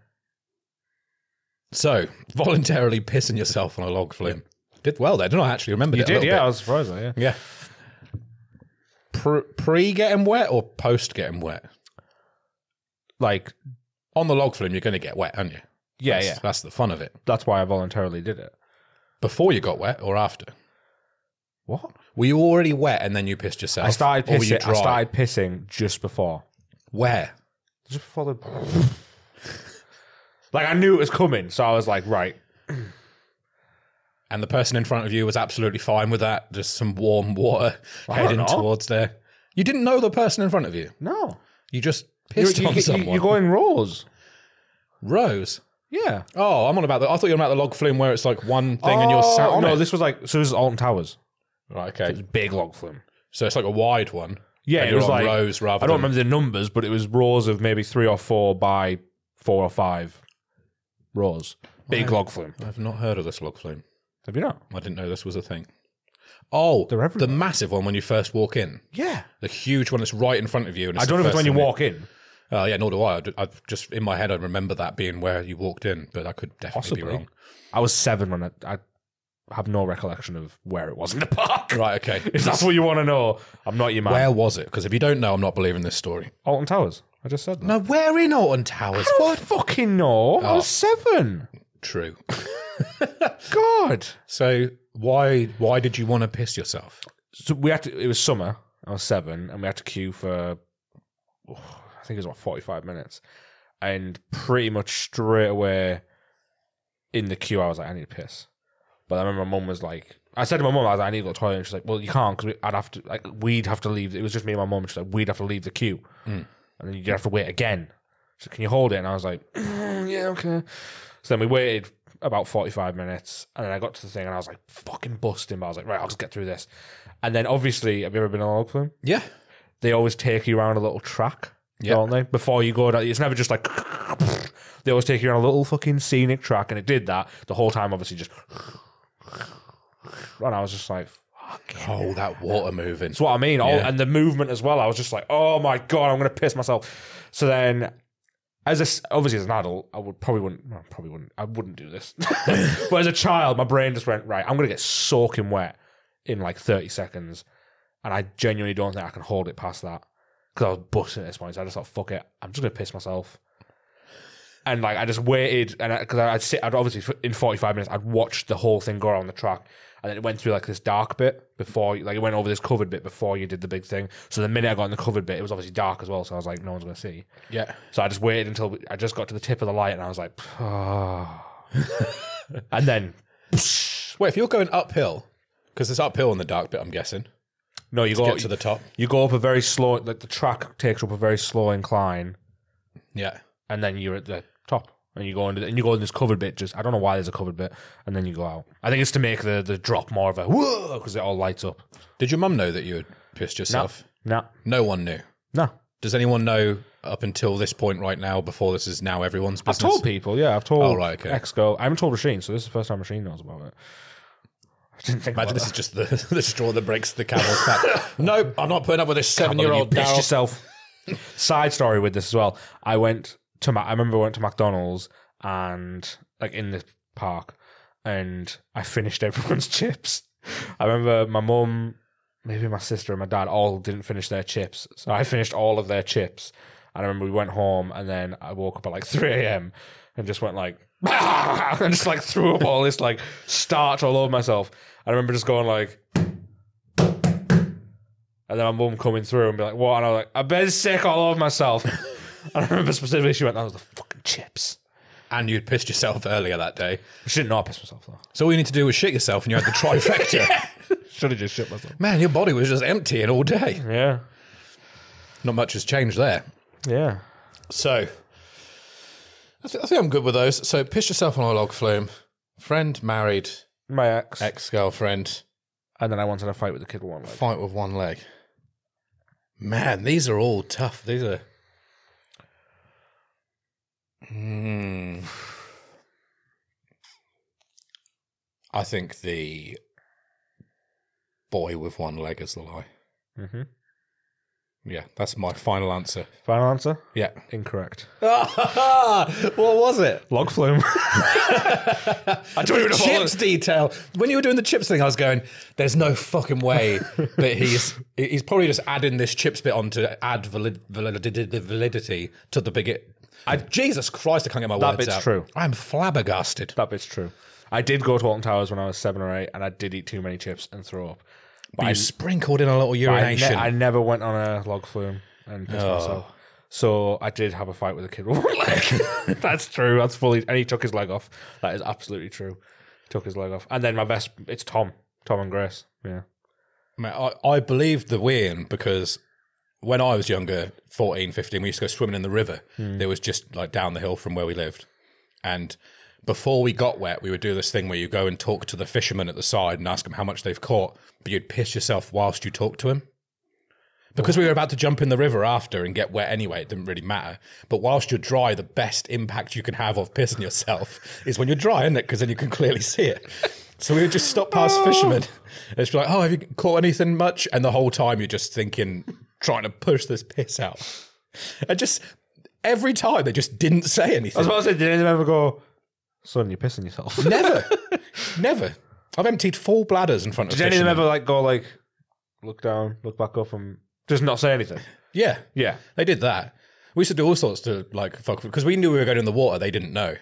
S2: So, voluntarily pissing yourself on a log flume. Did well there, didn't I? I actually remembered
S1: you
S2: it a
S1: did.
S2: little
S1: Yeah, I was surprised. Though, yeah,
S2: bit. Yeah. Pre- Pre getting wet or post getting wet?
S1: like
S2: On the log flume, you're going to get wet, aren't you?
S1: yeah,
S2: that's,
S1: yeah.
S2: That's the fun of it.
S1: That's why I voluntarily did it.
S2: Before you got wet or after?
S1: What? Oh,
S2: Were you already wet and then you pissed yourself?
S1: I started
S2: Or were you
S1: pissing. I
S2: dry?
S1: started pissing just before.
S2: Where?
S1: Just before the. like I knew it was coming, so I was like, right.
S2: And the person in front of you was absolutely fine with that. Just some warm water
S1: don't
S2: heading
S1: know.
S2: towards there. You didn't know the person in front of you.
S1: No,
S2: You just
S1: you,
S2: pissed
S1: you,
S2: on
S1: you,
S2: someone.
S1: you go in rows.
S2: Rose.
S1: Yeah.
S2: Oh, I'm on about the. I thought you were on about the log flume where it's like one thing and you're sat
S1: Oh,
S2: on
S1: no,
S2: it.
S1: this was like so. This is Alton Towers.
S2: Right. Okay.
S1: Big log flume.
S2: So it's like a wide one.
S1: Yeah,
S2: and
S1: it
S2: you're
S1: was
S2: on
S1: like
S2: rows rather.
S1: I don't
S2: than,
S1: remember the numbers, but it was rows of maybe three or four by four or five rows. Big log flume.
S2: I've not heard of this log flume.
S1: Have you not?
S2: I didn't know this was a thing. Oh,
S1: They're everywhere.
S2: the massive one when you first walk in.
S1: Yeah.
S2: The huge one that's right in front of you. And
S1: I don't know if it's when you walk in.
S2: Oh yeah, nor do I. I. d- I've just in my head, I remember that being where you walked in, but I could definitely be
S1: Possibly.
S2: wrong.
S1: I was seven when I, I have no recollection of where it was in the park.
S2: Right. Okay.
S1: If that's what you want to know, I'm not your man.
S2: Where was it? Because if you don't know, I'm not believing this story.
S1: Alton Towers. I just said that.
S2: No, where in Orton Towers?
S1: I don't fucking know. I was
S2: Oh.
S1: seven.
S2: True.
S1: God.
S2: So why why did you want to piss yourself?
S1: so we had to. It was summer. I was seven, and we had to queue for. oh, I think it was about forty-five minutes, and pretty much straight away, in the queue, I was like, I need to piss. But I remember my mum was like, I said to my mum, I was like, I need to go to the toilet. And she's like, Well, you can't because I'd have to like we'd have to leave. It was just me and my mum. She's like, We'd have to leave the queue, and then you'd have to wait again. She's like, Can you hold it? And I was like, Yeah, okay. So then we waited about 45 minutes. And then I got to the thing and I was like, fucking busting. But I was like, right, I'll just get through this. And then obviously, have you ever been on an airplane?
S2: Yeah.
S1: They always take you around a little track,
S2: Yeah.
S1: don't they? Before you go down, it's never just like. They always take you on a little fucking scenic track, and it did that the whole time. Obviously, just and I was just like,
S2: Oh, that water moving.
S1: That's what I mean. All,
S2: Yeah.
S1: and the movement as well. I was just like, oh my god, I'm gonna piss myself. So then, as a s obviously as an adult, I would probably wouldn't. well, probably wouldn't. I wouldn't do this. but as a child, my brain just went right. I'm gonna get soaking wet in like 30 seconds, and I genuinely don't think I can hold it past that because I was busting at this point. So I just thought, fuck it, I'm just gonna piss myself. And like I just waited, and because I'd sit, I'd obviously in 45 minutes, I'd watched the whole thing go around the track, and then it went through like this dark bit before, like it went over this covered bit before you did the big thing. So the minute I got in the covered bit, it was obviously dark as well, so I was like, no one's gonna see.
S2: Yeah.
S1: So I just waited until we- I just got to the tip of the light, and I was like, "Ah." and then
S2: Wait, if you're going uphill, because it's uphill in the dark bit, I'm guessing.
S1: no, you go
S2: Get to the top.
S1: you go up a very slow, like the track takes up a very slow incline,
S2: Yeah.
S1: and then you're at the top. And you go into the, and you go in this covered bit. Just I don't know why there's a covered bit, and then you go out. I think it's to make the, the drop more of a whoa because it all lights up.
S2: Did your mum know that you had pissed yourself?
S1: No,
S2: No one knew.
S1: no.
S2: Does anyone know up until this point right now, before this is now everyone's
S1: I've
S2: business?
S1: told people. Yeah, I've told
S2: Oh, right, okay.
S1: Exco. I haven't told Rasheen, so this is the first time Rasheen knows about it. I didn't think about
S2: Imagine this
S1: this.
S2: is just the, the straw that breaks the camel's back. nope, I'm not putting up with this seven year old
S1: pissed
S2: Daryl.
S1: yourself. Side story with this as well. I went to Ma- I remember I went to McDonald's and like in the park, and I finished everyone's chips. I remember my mum, maybe my sister and my dad all didn't finish their chips, so I finished all of their chips. And I remember we went home, and then I woke up at like three a.m. and just went like, and just like threw up all this like starch all over myself. I remember just going like. And then my mum coming through and be like, what? And I was like, I've been sick all over myself. and I remember specifically she went, that was the fucking chips.
S2: And you'd pissed yourself earlier that day.
S1: She didn't know I pissed myself though.
S2: So all you need to do was shit yourself and you had the trifecta.
S1: Should have just shit myself.
S2: Man, your body was just emptying all day.
S1: Yeah.
S2: Not much has changed there.
S1: Yeah.
S2: So, I, th- I think I'm good with those. So, piss yourself on a log flume. Friend married,
S1: My ex.
S2: ex girlfriend,
S1: And then I wanted to fight with the kid with one leg.
S2: fight with one leg. Man, these are all tough. These are. Hmm. I think the boy with one leg is the lie.
S1: Mm-hmm.
S2: Yeah, that's my final answer.
S1: Final answer?
S2: Yeah.
S1: Incorrect.
S2: what was it?
S1: Log flume. I don't even know what-
S2: chips detail. When you were doing the chips thing, I was going, "There's no fucking way that he's he's probably just adding this chips bit on to add valid, validity, validity to the big." I, Jesus Christ, I can't get my words
S1: bit's
S2: out.
S1: true.
S2: I'm flabbergasted.
S1: That bit's true. I did go to Alton Towers when I was seven or eight and I did eat too many chips and throw up. But
S2: I
S1: I
S2: sprinkled in a little
S1: I, ne-
S2: urination.
S1: I never went on a log flume and pissed myself. So I did have a fight with a kid with one leg. that's true. That's fully. And he took his leg off. That is absolutely true. He took his leg off. And then my best. It's Tom. Tom and Grace. Yeah.
S2: Mate, I, I believed the wean because when I was younger, 14, 15, we used to go swimming in the river. There was just like down the hill from where we lived. And before we got wet, we would do this thing where you go and talk to the fisherman at the side and ask him how much they've caught, but you'd piss yourself whilst you talked to him. Because we were about to jump in the river after and get wet anyway, it didn't really matter. But whilst you're dry, the best impact you can have of pissing yourself is when you're dry, isn't it? Because then you can clearly see it. So we would just stop past
S1: Oh.
S2: fishermen. And just be like, oh, have you caught anything much? And the whole time you're just thinking, trying to push this piss out. And just every time they just didn't say anything.
S1: I was about to say, did anyone ever go, son, you're pissing yourself? did
S2: Never. Never. I've emptied full bladders in front of
S1: any of them
S2: fishermen.
S1: ever like go like, look down, look back up and just not say anything?
S2: yeah.
S1: Yeah.
S2: They did that. We used to do all sorts to like fuck because we knew we were going in the water. They didn't know.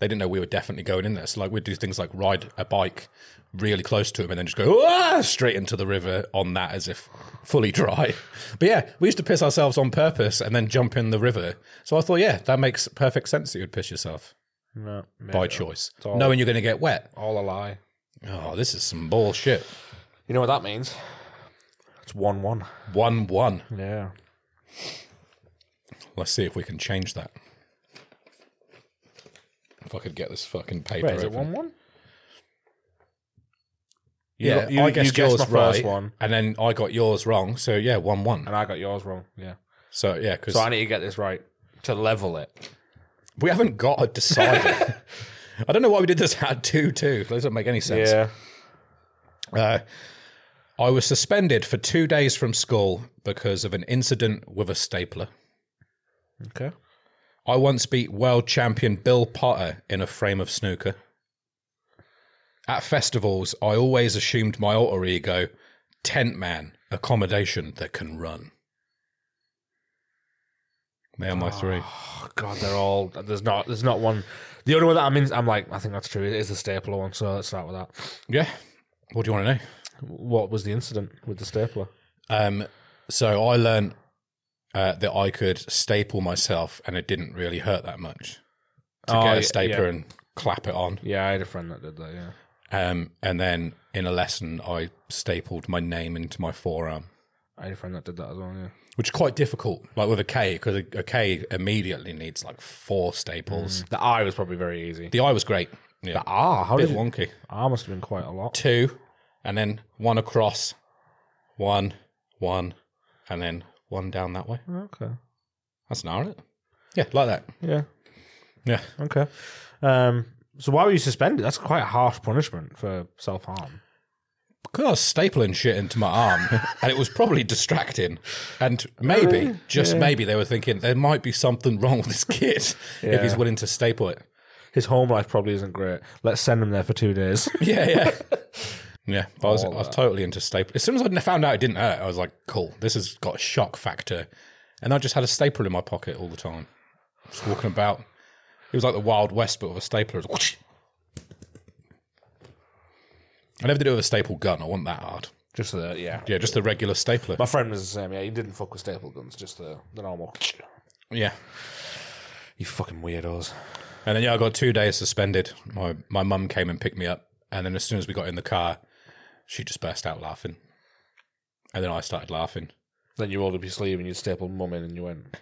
S2: They didn't know we were definitely going in there. So like we'd do things like ride a bike really close to him and then just go "Wah!" straight into the river on that as if fully dry. But yeah, we used to piss ourselves on purpose and then jump in the river. So I thought, yeah, that makes perfect sense that you would piss yourself
S1: No. made
S2: by
S1: it up.
S2: choice,
S1: all-
S2: knowing you're going to get wet.
S1: All a lie.
S2: Oh, this is some bullshit.
S1: You know what that means? It's 1 1.
S2: One one.
S1: Yeah.
S2: Let's see if we can change that. If I could get this fucking paper
S1: Wait, is it one
S2: open.
S1: one?
S2: Yeah,
S1: you,
S2: I guessed,
S1: you guessed
S2: yours
S1: my
S2: right,
S1: first one,
S2: and then I got yours wrong. So yeah, one one.
S1: and I got yours wrong. Yeah,
S2: So yeah, because
S1: so I need to get this right to level it.
S2: we haven't got a decider. I don't know why we did this at two two. That doesn't make any sense. Uh, I was suspended for two days from school because of an incident with a stapler.
S1: Okay.
S2: I once beat world champion Bill Potter in a frame of snooker. At festivals, I always assumed my alter ego, tent man, accommodation that can run. They are my three.
S1: Oh God, they're all. There's not. There's not one. The only one that I'm in. I'm like. I think that's true. It is the stapler one. So let's start with that.
S2: Yeah. What do you want to know?
S1: What was the incident with the stapler?
S2: Um, so I learned uh, that I could staple myself, and it didn't really hurt that much to
S1: Oh,
S2: get
S1: yeah,
S2: a stapler
S1: yeah.
S2: and clap it on.
S1: Yeah, I had a friend that did that. Yeah.
S2: Um, and then in a lesson, I stapled my name into my forearm,
S1: I had a friend that did that as well. Yeah.
S2: which is quite difficult, like with a K, because a, a K immediately needs like four staples.
S1: Mm. The eye was probably very easy.
S2: The I was great. Yeah,
S1: Ah, how
S2: bit
S1: did one?
S2: wonky.
S1: Ah, must have been quite a lot.
S2: Two, and then one across, one, one, and then one down that way.
S1: Okay.
S2: That's an hour, isn't it? Yeah, like that.
S1: Yeah.
S2: Yeah.
S1: Okay. Um. So why were you suspended? That's quite a harsh punishment for self harm.
S2: Because I was stapling shit into my arm, and it was probably distracting. And maybe, just maybe, they were thinking there might be something wrong with this kid if he's
S1: Yeah.
S2: willing to staple it.
S1: His home life probably isn't great. Let's send him there for two days.
S2: Yeah, yeah. Yeah, I was, I was totally into staple. As soon as I found out it didn't hurt, I was like, cool, this has got a shock factor. And I just had a staple in my pocket all the time. Just walking about. It was like the Wild West, but with a stapler. It was whoosh. I never did it with a staple gun. I want that hard.
S1: Just the yeah.
S2: Yeah, just the regular stapler.
S1: My friend was the same. Yeah, he didn't fuck with staple guns. Just the the normal.
S2: Yeah.
S1: You fucking weirdos.
S2: And then yeah, I got two days suspended. My my mum came and picked me up, and then as soon as we got in the car, she just burst out laughing, and then I started laughing.
S1: Then you rolled up your sleeve and you stapled mum in, and you went.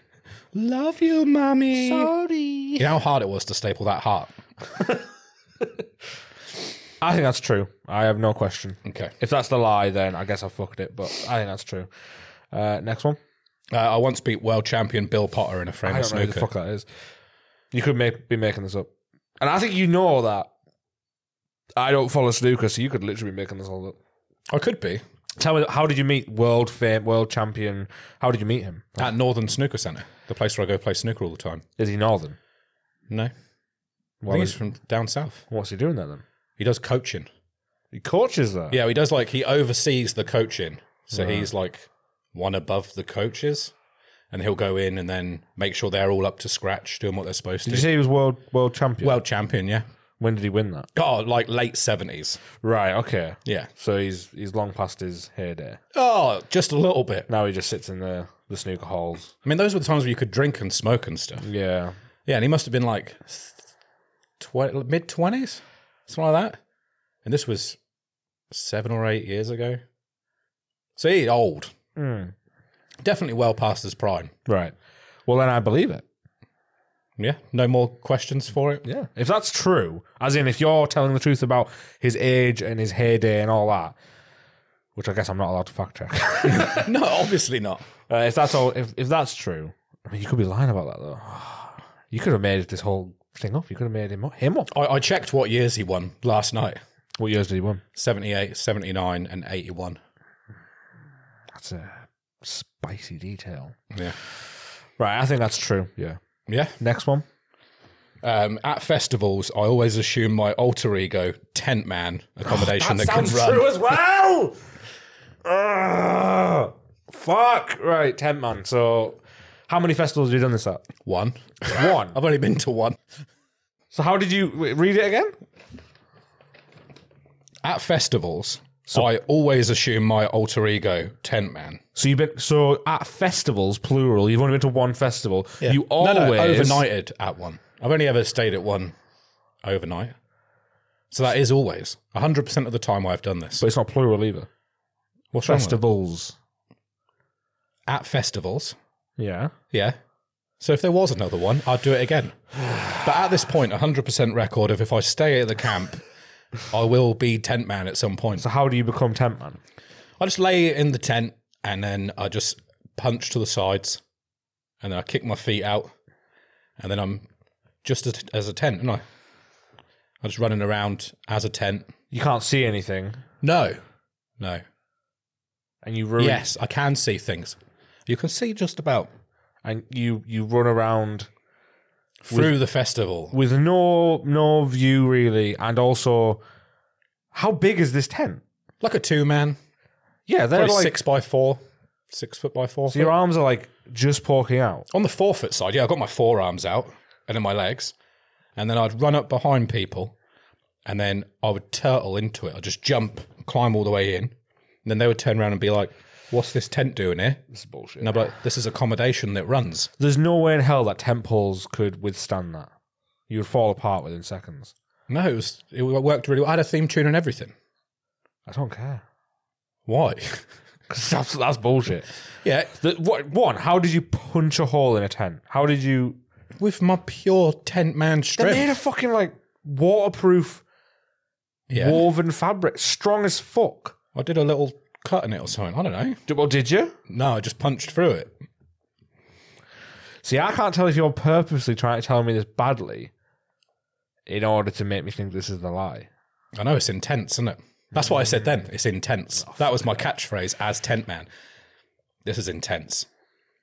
S2: Love you, mummy.
S1: Sorry.
S2: you know how hard it was to staple that heart.
S1: I think that's true. I have no question.
S2: Okay,
S1: If that's the lie, then I guess I fucked it. But I think that's true. Uh, next one.
S2: uh, I once beat world champion Bill Potter in a frame
S1: I
S2: of
S1: don't know who the
S2: snooker.
S1: fuck that is. You could make, be making this up, and I think you know that. I don't follow snooker, so you could literally be making this all up.
S2: I could be
S1: Tell me, how did you meet world fame, world champion? How did you meet him?
S2: at Northern Snooker Centre, the place where I go play snooker all the time.
S1: Is he northern?
S2: No, I
S1: Well,
S2: think he's from down south.
S1: what's he doing there then?
S2: He does coaching.
S1: He coaches there.
S2: Yeah, he does like he oversees the coaching. So he's like one above the coaches. And he'll go in and then make sure they're all up to scratch, doing what they're supposed to.
S1: Did you say he was world world champion?
S2: World champion, yeah.
S1: when did he win that?
S2: Oh, like late seventies.
S1: Right. Okay.
S2: Yeah.
S1: So he's he's long past his heyday.
S2: Oh, just a little bit.
S1: Now he just sits in the the snooker halls.
S2: I mean, those were the times where you could drink and smoke and stuff.
S1: Yeah.
S2: Yeah, and he must have been like tw- mid twenties, something like that. And this was seven or eight years ago. So he's old,
S1: Mm.
S2: definitely well past his prime.
S1: Right. Well, then I believe it.
S2: Yeah, no more questions for it.
S1: Yeah. If that's true, as in if you're telling the truth about his age and his heyday and all that, which I guess I'm not allowed to fact check.
S2: no, obviously not.
S1: uh, if that's all, if, if that's true, I mean, you could be lying about that though. You could have made this whole thing up. You could have made him up. Him up.
S2: I, I checked what years he won last night
S1: What years did he win?
S2: 78, 79, and 81.
S1: That's a uh, spicy detail.
S2: Yeah.
S1: Right. I think that's true. Yeah.
S2: Yeah.
S1: Next one.
S2: Um, at festivals, I always assume my alter ego, tent man, accommodation that, can
S1: sounds
S2: run.
S1: true as well. Ugh. fuck. Right, Tent Man. So, how many festivals have you done this at?
S2: One.
S1: One.
S2: I've only been to one.
S1: So, how did you wait, read it again?
S2: At festivals, I always assume my alter ego, tent man.
S1: So you've been so at festivals, plural. You've only been to one festival. You
S2: No,
S1: always
S2: no, overnighted at one. I've only ever stayed at one overnight. So that is always 100% of the time I've done this.
S1: but it's not plural either.
S2: What's wrong with it?
S1: Festivals.
S2: At festivals,
S1: Yeah.
S2: Yeah. So if there was another one, I'd do it again. But at this point, 100% record of if I stay at the camp, I will be tent man at some point.
S1: So how do you become tent man?
S2: I just lay in the tent and then I just punch to the sides and then I kick my feet out and then I'm just as, as a tent, and I? I'm just running around as a tent.
S1: You can't see anything,
S2: No, no.
S1: and you ruin,
S2: Yes, I can see things. You can see just about
S1: and you you run around
S2: through the festival.
S1: with no no view really, and also, how big is this tent?
S2: Like a two man,
S1: Yeah, they're
S2: probably
S1: like
S2: six by four, six foot by four.
S1: so your arms are like just poking out.
S2: On the forefoot side, yeah, I got my forearms out and then my legs, and then I'd run up behind people, and then I would turtle into it. I'd just jump, climb all the way in, and then they would turn around and be like, "What's this tent doing here?"
S1: This is bullshit.
S2: And I'd be like, "This is accommodation that runs."
S1: There's no way in hell that tent poles could withstand that. You would fall apart within seconds.
S2: No, it was it worked really well. I had a theme tune and everything.
S1: I don't care.
S2: Why?
S1: 'Cause That's, that's bullshit.
S2: yeah,
S1: The, what, one, how did you punch a hole in a tent? How did you?
S2: with my pure tent man
S1: They
S2: strength.
S1: made a fucking like waterproof
S2: yeah,
S1: woven fabric, strong as fuck.
S2: I did a little cut in it or something. I don't know.
S1: D- Well, did you?
S2: No, I just punched through it.
S1: See, I can't tell if you're purposely trying to tell me this badly in order to make me think this is the lie.
S2: I know it's intense, isn't it? That's what I said then. It's intense. that was my catchphrase as tent man. This is intense.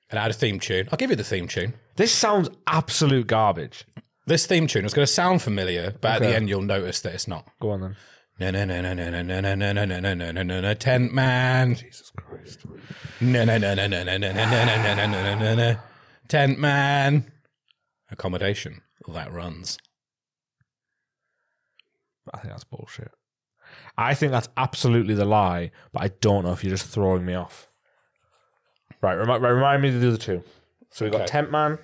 S2: And I had a theme tune. I'll give you the theme tune.
S1: This sounds absolute garbage.
S2: This theme tune is going to sound familiar, but at the end you'll notice that it's not.
S1: Go on then.
S2: Na na na na na na na na na na na na na na na tent man.
S1: Jesus Christ.
S2: Na na na na na na na na na na na na na na tent man. Accommodation that runs.
S1: I think that's bullshit. I think that's absolutely the lie, but I don't know if you're just throwing me off. Right, remi- right, remind me of the other two. So we got
S2: Okay.
S1: Tent Man.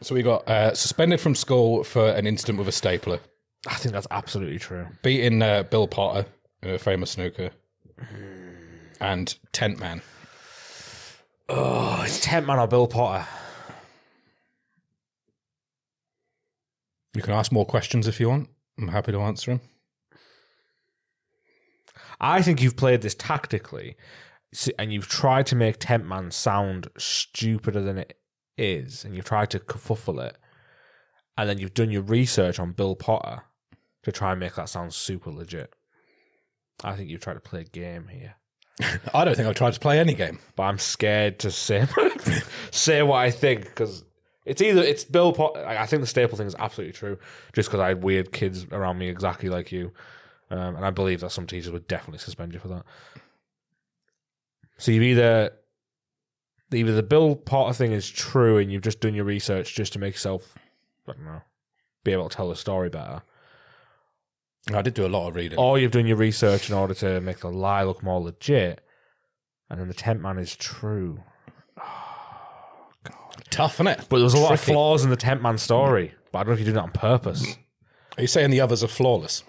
S2: So we got uh, suspended from school for an incident with a stapler.
S1: I think that's absolutely true.
S2: beating uh, Bill Potter, a famous snooker, and Tent Man.
S1: Oh, it's Tent Man or Bill Potter.
S2: You can ask more questions if you want. I'm happy to answer them.
S1: I think you've played this tactically, s- and you've tried to make Tent Man sound stupider than it is, and you've tried to kerfuffle it, and then you've done your research on Bill Potter to try and make that sound super legit. I think you've tried to play a game here.
S2: I don't think I've tried to play any game.
S1: but I'm scared to say say what I think because it's either it's Bill Pot. I I think the staple thing is absolutely true, just because I had weird kids around me exactly like you, um, and I believe that some teachers would definitely suspend you for that. So you've either either the Bill Potter thing is true, and you've just done your research just to make yourself, I don't know, be able to tell the story better,
S2: I did do a lot of reading.
S1: or you've done your research in order to make the lie look more legit, and then the tent man is true.
S2: Tough, isn't it?
S1: But there was a lot of
S2: Tricky.
S1: flaws in the Tent Man story. But I don't know if you do that on purpose.
S2: Are you saying the others are flawless?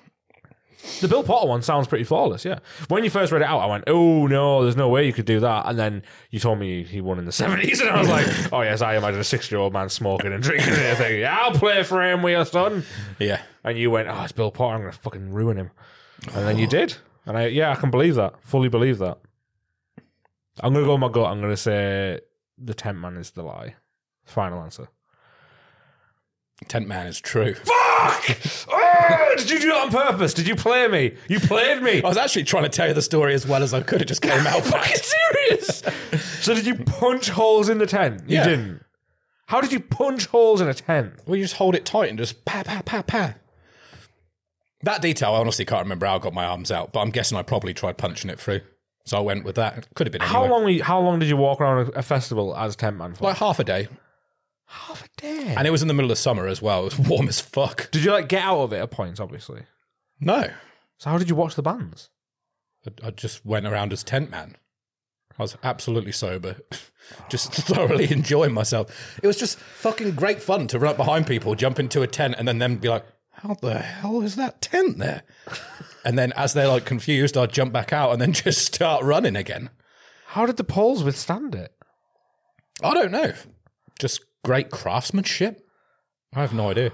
S1: The Bill Potter one sounds pretty flawless, yeah. When you first read it out, I went, oh no, there's no way you could do that. And then you told me he won in the 70s, and I was like, oh yes, I imagine a six year old man smoking and drinking and everything. Yeah, I'll play for him, we are son.
S2: Yeah.
S1: And you went, oh, it's Bill Potter, I'm going to fucking ruin him. And then you did. And I, yeah, I can believe that. Fully believe that. I'm going to go with my gut. I'm going to say the Tent Man is the lie. Final answer.
S2: Tent Man is true.
S1: Fuck! Oh, did you do that on purpose? Did you play me? You played me.
S2: I was actually trying to tell you the story as well as I could. It just came out.
S1: fucking serious. so did you punch holes in the tent? You
S2: Yeah.
S1: didn't. How did you punch holes in a tent?
S2: Well, you just hold it tight and just pa pa pa pa. That detail, I honestly can't remember how I got my arms out, but I'm guessing I probably tried punching it through. So I went with that. Could have been
S1: How
S2: anywhere.
S1: long? were you- How long did you walk around a, a festival as tent man for?
S2: Like half a day.
S1: half a day.
S2: And it was in the middle of summer as well. It was warm as fuck.
S1: did you like get out of it at points? Obviously.
S2: No.
S1: So how did you watch the bands?
S2: I, I just went around as tent man. I was absolutely sober, just thoroughly enjoying myself. It was just fucking great fun to run up behind people, jump into a tent, and then them be like, "How the hell is that tent there?" And then as they're like confused, I'd jump back out and then just start running again.
S1: How did the poles withstand it?
S2: I don't know. Just great craftsmanship. I have no idea.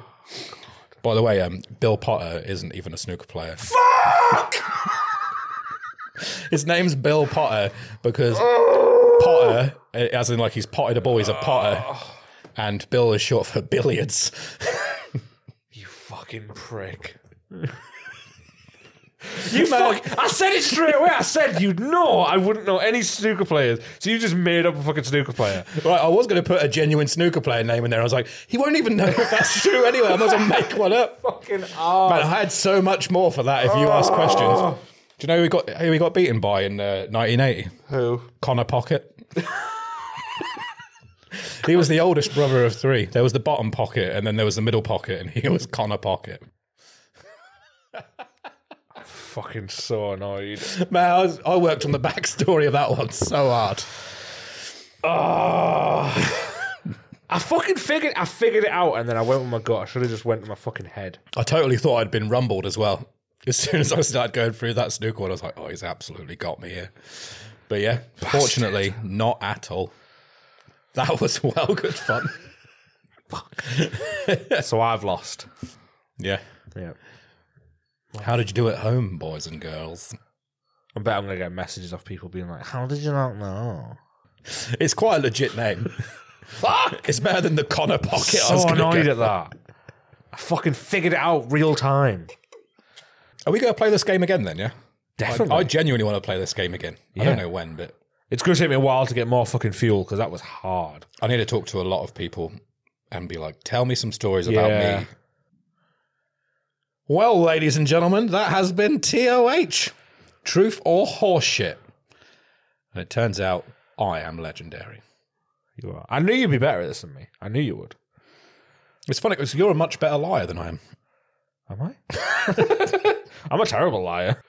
S2: By the way, um, Bill Potter isn't even a snooker player.
S1: Fuck!
S2: His name's Bill Potter because Potter, uh, as in like he's potted a ball, he's a Potter, and Bill is short for billiards.
S1: You fucking prick. you fuck. I said it straight away. I said you'd know I wouldn't know any snooker players. So you just made up a fucking snooker player.
S2: Right, I was going to put a genuine snooker player name in there. I was like, he won't even know if that's true anyway. I might as well make one up.
S1: fucking arse.
S2: Man, I had so much more for that if you asked questions. Do you know who we got, who we got beaten by in uh, 1980?
S1: Who?
S2: Connor Pocket. he was the oldest brother of three. There was the bottom pocket, and then there was the middle pocket, and he was Connor Pocket.
S1: Fucking so annoyed.
S2: Man, I, was, I worked on the backstory of that one so hard.
S1: Oh. I fucking figured I figured it out and then I went with my gut. I should have just went with my fucking head.
S2: I totally thought I'd been rumbled as well. As soon as I started going through that snooker one, I was like, oh, he's absolutely got me here. But yeah, fortunately, not at all. That was well good fun.
S1: so I've lost.
S2: yeah.
S1: Yeah.
S2: How did you do at home, boys and girls?
S1: I bet I'm gonna get messages off people being like, How did you not know?
S2: It's quite a legit name. Fuck! It's better than the Connor Pocket. I was
S1: So
S2: gonna
S1: annoyed
S2: go-
S1: at that. I fucking figured it out real time.
S2: Are we going to play this game again then, yeah?
S1: Definitely.
S2: I, I genuinely want to play this game again.
S1: Yeah.
S2: I don't know when, but
S1: It's gonna take me a while to get more fucking fuel because that was hard.
S2: I need to talk to a lot of people and be like, tell me some stories about
S1: Yeah.
S2: me. Well, ladies and gentlemen, that has been TOH Truth or Horseshit. And it turns out I am legendary.
S1: You are. I knew you'd be better at this than me. I knew you would.
S2: It's funny because you're a much better liar than I am.
S1: Am I? I'm a terrible liar.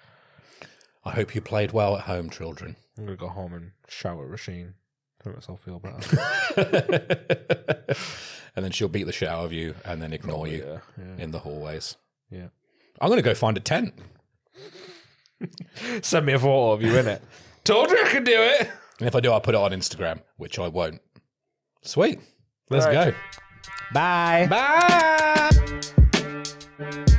S2: I hope you played well at home, children.
S1: I'm gonna go home and shout at Rasheen to make myself feel better.
S2: And then she'll beat the shit out of you and then ignore you
S1: yeah, Oh, yeah,
S2: in the hallways.
S1: yeah.
S2: I'm going to go find a tent.
S1: Send me a photo of you in it. Told you I could do it.
S2: And if I do, I'll put it on Instagram, which I won't. Sweet. Let's
S1: All right.
S2: go.
S1: Bye.
S2: Bye.